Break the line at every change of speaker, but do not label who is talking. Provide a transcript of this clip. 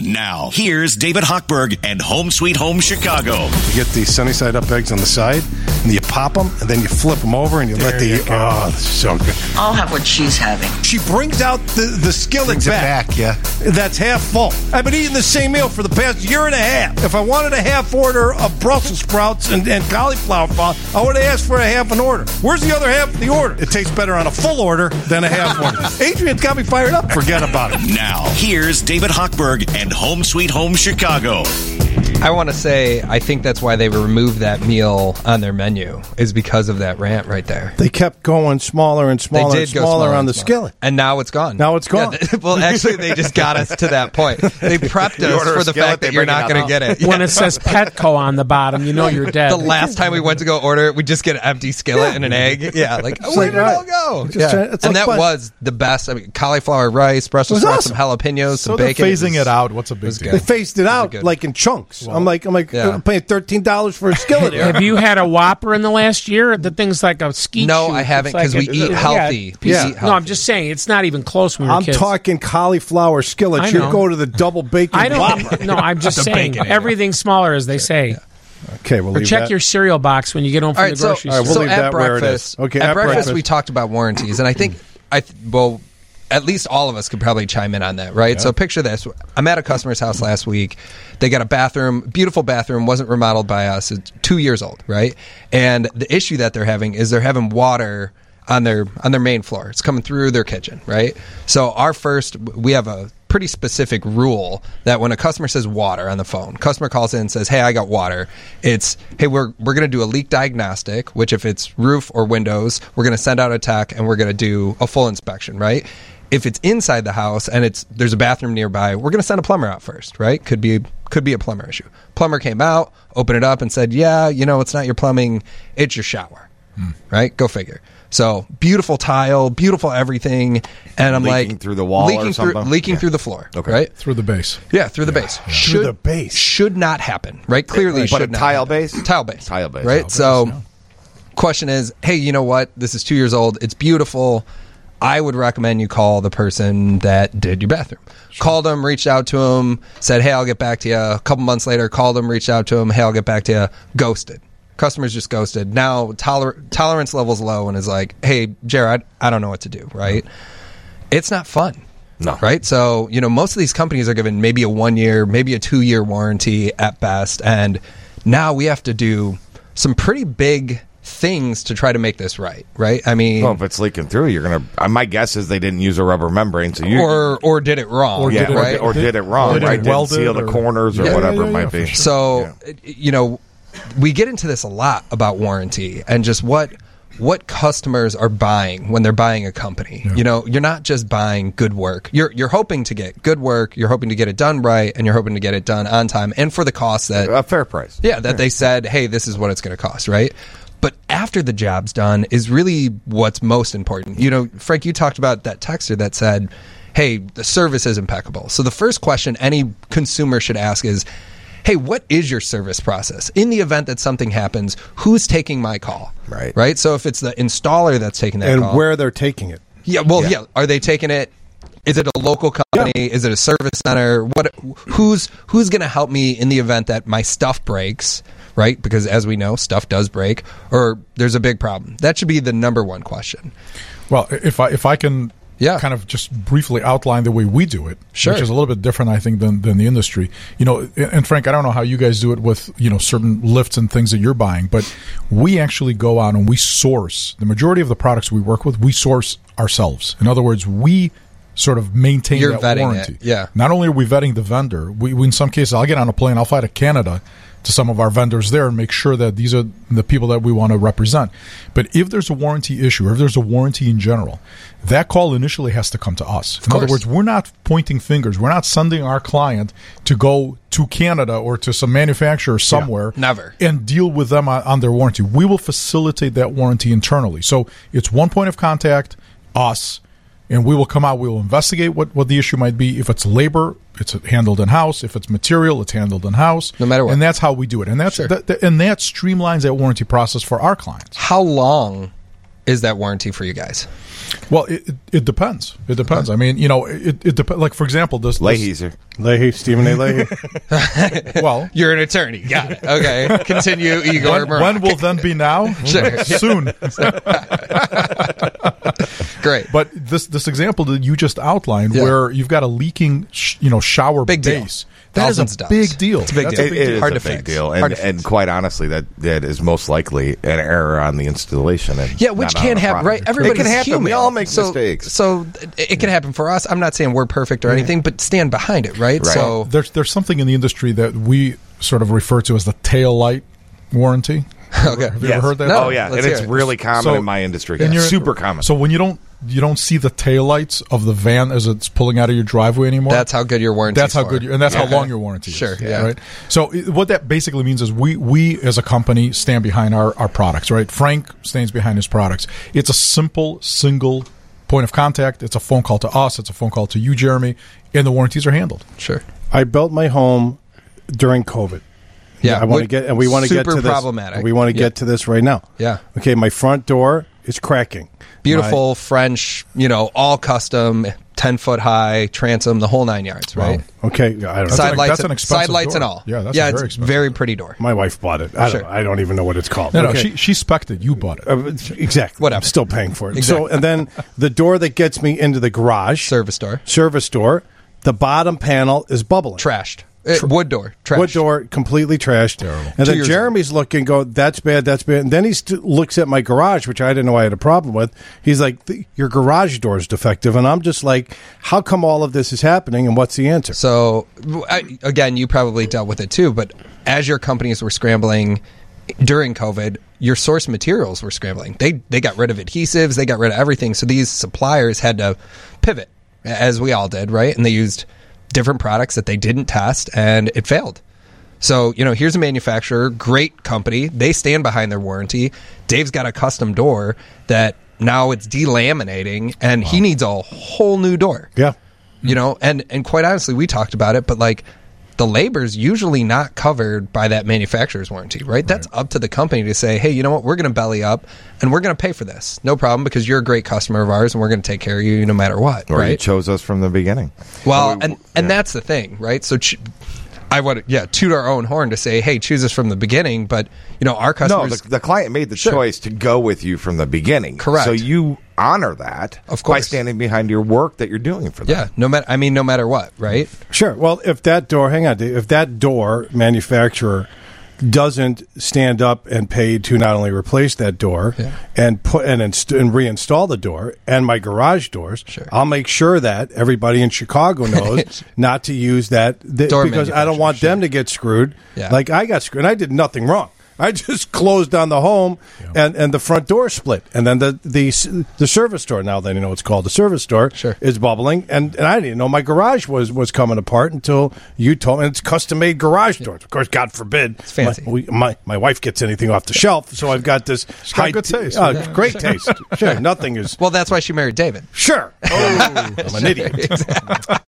Now, here's David Hochberg and Home Sweet Home Chicago.
You get the sunny side up eggs on the side, and you pop them, and then you flip them over, and you let the oh, it's so good.
I'll have what she's having.
She brings out the the skillet
Brings it
back.
back, yeah.
that's half full. I've been eating the same meal for the past year and a half. If I wanted a half order of Brussels sprouts and, and cauliflower, pop, I would have asked for a half an order. Where's the other half of the order? It tastes better on a full order than a half order. Adrian's got me fired up. Forget about it.
Now, here's David Hochberg and Home Sweet Home Chicago.
I want to say I think that's why they removed that meal on their menu is because of that rant right there.
They kept going smaller and
They
smaller and
did go
smaller, on
and
the
smaller.
skillet.
and now it's gone.
Now it's gone.
they- well, actually, they just got us to that point. They prepped us
order a
for the
skillet,
fact
they
that you're
bring it
not
out.
going to get it.
When
Yeah.
it says Petco on the bottom, you know you're dead.
the last time we went to go order it, we just get an empty skillet and an egg. Yeah, like oh,
like,
where did it all
right.
go?
Just
Yeah.
try- it's
and
like
that
fun.
was the best. I mean, cauliflower rice, Brussels
It was
sprouts, some jalapenos,
So
some
they're
bacon.
phasing
was-
it out. What's a big
was
deal?
good.
They phased it out
good.
like in chunks. I'm like, I'm like,
Yeah.
I'm paying thirteen dollars for a skillet here.
Have you had a Whopper in the last year? The thing's like a ski.
No,
shoot.
I haven't,
It's like
'cause we
a-
eat
yeah,
healthy. We
yeah.
eat
No, I'm
healthy.
just saying it's not even close. When we were
I'm
kids.
talking cauliflower
I
skillets. You're
know.
going to the double bacon
I don't.
whopper.
No, I'm just
The
saying
bacon, yeah.
everything smaller, as they say.
Okay, we'll
Or
leave
check
that.
your cereal box when you get home from
All right,
the
so,
grocery
All right, we'll
store.
so
leave
at
that where it is.
breakfast,
Okay,
at,
at
breakfast,
breakfast.
we talked about warranties, and I think I th- well, at least all of us could probably chime in on that, right? So picture this: I'm at a customer's house last week. They got a bathroom, beautiful bathroom, wasn't remodeled by us. It's two years old, right? And the issue that they're having is they're having water on their on their main floor. It's coming through their kitchen, right? So our first, we have a pretty specific rule that when a customer says water on the phone, customer calls in and says, "Hey, I got water." It's, "Hey, we're we're going to do a leak diagnostic, which if it's roof or windows, we're going to send out a tech and we're going to do a full inspection, right?" If it's inside the house and it's there's a bathroom nearby, we're going to send a plumber out first, right? Could be could be a plumber issue. Plumber came out, opened it up and said, "Yeah, you know, it's not your plumbing, it's your shower." Hmm. Right? Go figure. So beautiful tile, beautiful everything, and I'm
Leaking
like
through the wall or
leaking through
something?
leaking
Yeah.
through the floor.
Okay.
Right?
Through the base.
Yeah, through the base. Should,
the base.
should not happen, right? Clearly,
But
should
a
not
tile
happen.
base?
tile base,
Tile base.
right?
Tile
so, question is, hey, you know what? This is two years old. It's beautiful. I would recommend you call the person that did your bathroom. Called them, reached out to him, said, "Hey, I'll get back to you." A couple months later, called him, reached out to him, "Hey, I'll get back to you." Ghosted. Customers just ghosted. Now toler- tolerance levels low, and is like, "Hey, Jared, I don't know what to do." Right? it's not fun.
No.
Right? So, you know, most of these companies are given maybe a one year, maybe a two year warranty at best. And now we have to do some pretty big things to try to make this right, right? I mean,
Well, if it's leaking through, you're gonna. uh, My guess is they didn't use a rubber membrane, so you
or or did it wrong,
Or
yeah,
did it-
right?
or, or did it wrong,
Did it
right? Didn't
welded
seal the
or-
corners or
Yeah, yeah,
whatever
yeah,
it might
yeah,
be.
for sure.
So, you know, we get into this a lot about warranty and just what what customers are buying when they're buying a company. You know, you're not just buying good work. You're you're hoping to get good work, you're hoping to get it done right, and you're hoping to get it done on time and for the cost that
a fair price.
yeah, that they said, hey, this is what it's going to cost, right? But after the job's done is really what's most important. You know, Frank, you talked about that texter that said, hey, the service is impeccable. So the first question any consumer should ask is, hey, what is your service process? In the event that something happens, who's taking my call?
Right.
Right. So if it's the installer that's taking that
and
call.
where they're taking it.
Yeah, well, yeah. Are they taking it? Is it a local company? Is it a service center? What? Who's who's going to help me in the event that my stuff breaks? Right, because as we know, stuff does break, or there's a big problem. That should be the number one question.
Well, i- if I if I can
Yeah.
kind of just briefly outline the way we do it,
Sure.
which is a little bit different, I think, than, than the industry. You know, and- and Frank, I don't know how you guys do it with you know certain lifts and things that you're buying, but we actually go out and we source the majority of the products we work with. We source ourselves. In other words, we sort of maintain
You're
that
vetting it,
warranty.
yeah.
Not only are we vetting the vendor, we, we in some cases I'll get on a plane, I'll fly to Canada to some of our vendors there and make sure that these are the people that we want to represent. But if there's a warranty issue, or if there's a warranty in general, that call initially has to come to us. in other
course.
words, we're not pointing fingers. We're not sending our client to go to Canada or to some manufacturer somewhere
Never.
and deal with them on, on their warranty. We will facilitate that warranty internally. So it's one point of contact, us, and we will come out. We will investigate what, what the issue might be. If it's labor, it's handled in house. If it's material, it's handled in house.
No matter what.
and that's how we do it. And that's that, that- and that streamlines that warranty process for our clients.
How long is that warranty for you guys?
Well, it, it, it depends. It depends. I mean, you know, it, it depends. Like for example, this, this-
Leahy's here.
Leahy, Stephen A. Leahy.
Well,
You're an attorney. Got it. Okay. Continue, Igor.
when,
Murak.
when will then be now?
Sure.
Soon.
Great.
But this this example that you just outlined,
Yeah.
where you've got a leaking, sh- you know, shower
Big deal.
base, that is
Thousands of
a
dollars.
big deal.
It's a big
That's
deal.
big
It-
deal.
it
Hard
to
a big
fix.
deal,
Hard
and,
to
and
fix.
quite honestly, that that is most likely an error on the installation. And
Yeah, which
not on
can
the
happen,
product.
right? Everybody's
it can happen.
human.
We all make
so,
mistakes.
So th- it can happen for us. I'm not saying we're perfect or anything, but stand behind it, right?
Right.
So
There's there's something in the industry that we sort of refer to as the tail light warranty.
okay.
Have you ever heard that?
No.
oh yeah,
Let's
and it's
hear it.
really common
So-
in my industry.
And you're-
super common.
So when you don't you don't see the taillights of the van as it's pulling out of your driveway anymore.
That's how good your warranty.
that's how good, you, and that's how long your warranty is.
Sure, yeah.
Right. So i- what that basically means is we we as a company stand behind our our products. Right. Frank stands behind his products. It's a simple single point of contact. It's a phone call to us. It's a phone call to you, Jeremy, and the warranties are handled.
Sure.
I built my home during COVID.
Yeah.
I want to
would-
get and we want to get
super
to this.
problematic.
We want to
Yeah.
get to this right now.
Yeah.
Okay, my front door is cracking.
beautiful French, you know, all custom, ten foot high transom, the whole nine yards, right?
My- okay, I don't know.
That's
Side
an-
lights,
that's
and-
an expensive
side lights and
door.
all.
Yeah, that's
yeah,
a
it's
very expensive
very pretty door.
my wife bought it. I,
Sure.
don't, I don't even know what it's called.
No, no,
Okay.
she she spec would You bought it.
Uh, exactly.
Whatever.
I'm still paying for it.
Exactly.
So, and then the door that gets me into the garage,
Service door,
service door, the bottom panel is bubbling.
trashed. Uh, wood door, trashed.
Wood door completely trashed. Terrible. And
Two
then
years
Jeremy's looking, go, that's bad, that's bad. And then he st- looks at my garage, which I didn't know I had a problem with. He's like, "Th- your garage door is defective, and I'm just like, how come all of this is happening, and what's the answer?
So w- I- again, you probably dealt with it too, but as your companies were scrambling during COVID, your source materials were scrambling. They they got rid of adhesives, they got rid of everything. So these suppliers had to pivot, a- as we all did, right? And they used different products that they didn't test, and it failed. So, you know, here's a manufacturer, great company. They stand behind their warranty. Dave's got a custom door that now it's delaminating and he needs a whole new door.
Yeah.
You know, and and quite honestly, we talked about it, but like the labor's usually not covered by that manufacturer's warranty, right? That's up to the company to say, "Hey, you know what? We're going to belly up and we're going to pay for this. No problem because you're a great customer of ours and we're going to take care of you no matter what."
or you
right?
chose us from the beginning.
Well, and and that's the thing, right? So, ch- I would yeah toot our own horn to say, hey, choose us from the beginning, but you know our
No,
customers.
the, the client made the
Sure.
choice to go with you from the beginning.
Correct.
So you honor that
Of
by
course.
standing behind your work that you're doing for them.
yeah, no matter. I mean, no matter what, right?
Mm.
Sure. Well, if that door, hang on, Dave, if that door manufacturer doesn't stand up and pay to not only replace that door and put and, inst- and reinstall the door and my garage doors,
Sure.
I'll make sure that everybody in Chicago knows not to use that th-
Door
because I don't want them to get screwed.
Yeah.
Like I got screwed. And I did nothing wrong. I just closed down the home and, and the front door split. And then the, the s- the service door, now that you know it's called the service door,
Sure.
is bubbling, and, and I didn't know my garage was was coming apart until you told me. And it's custom made garage doors, of course. God forbid, it's
fancy.
My, we, my my wife gets anything off the shelf, so I've got this
got good taste.
uh,
Yeah.
great taste. Sure, nothing is
Oh.
Well, that's why she married David.
sure. I'm an idiot.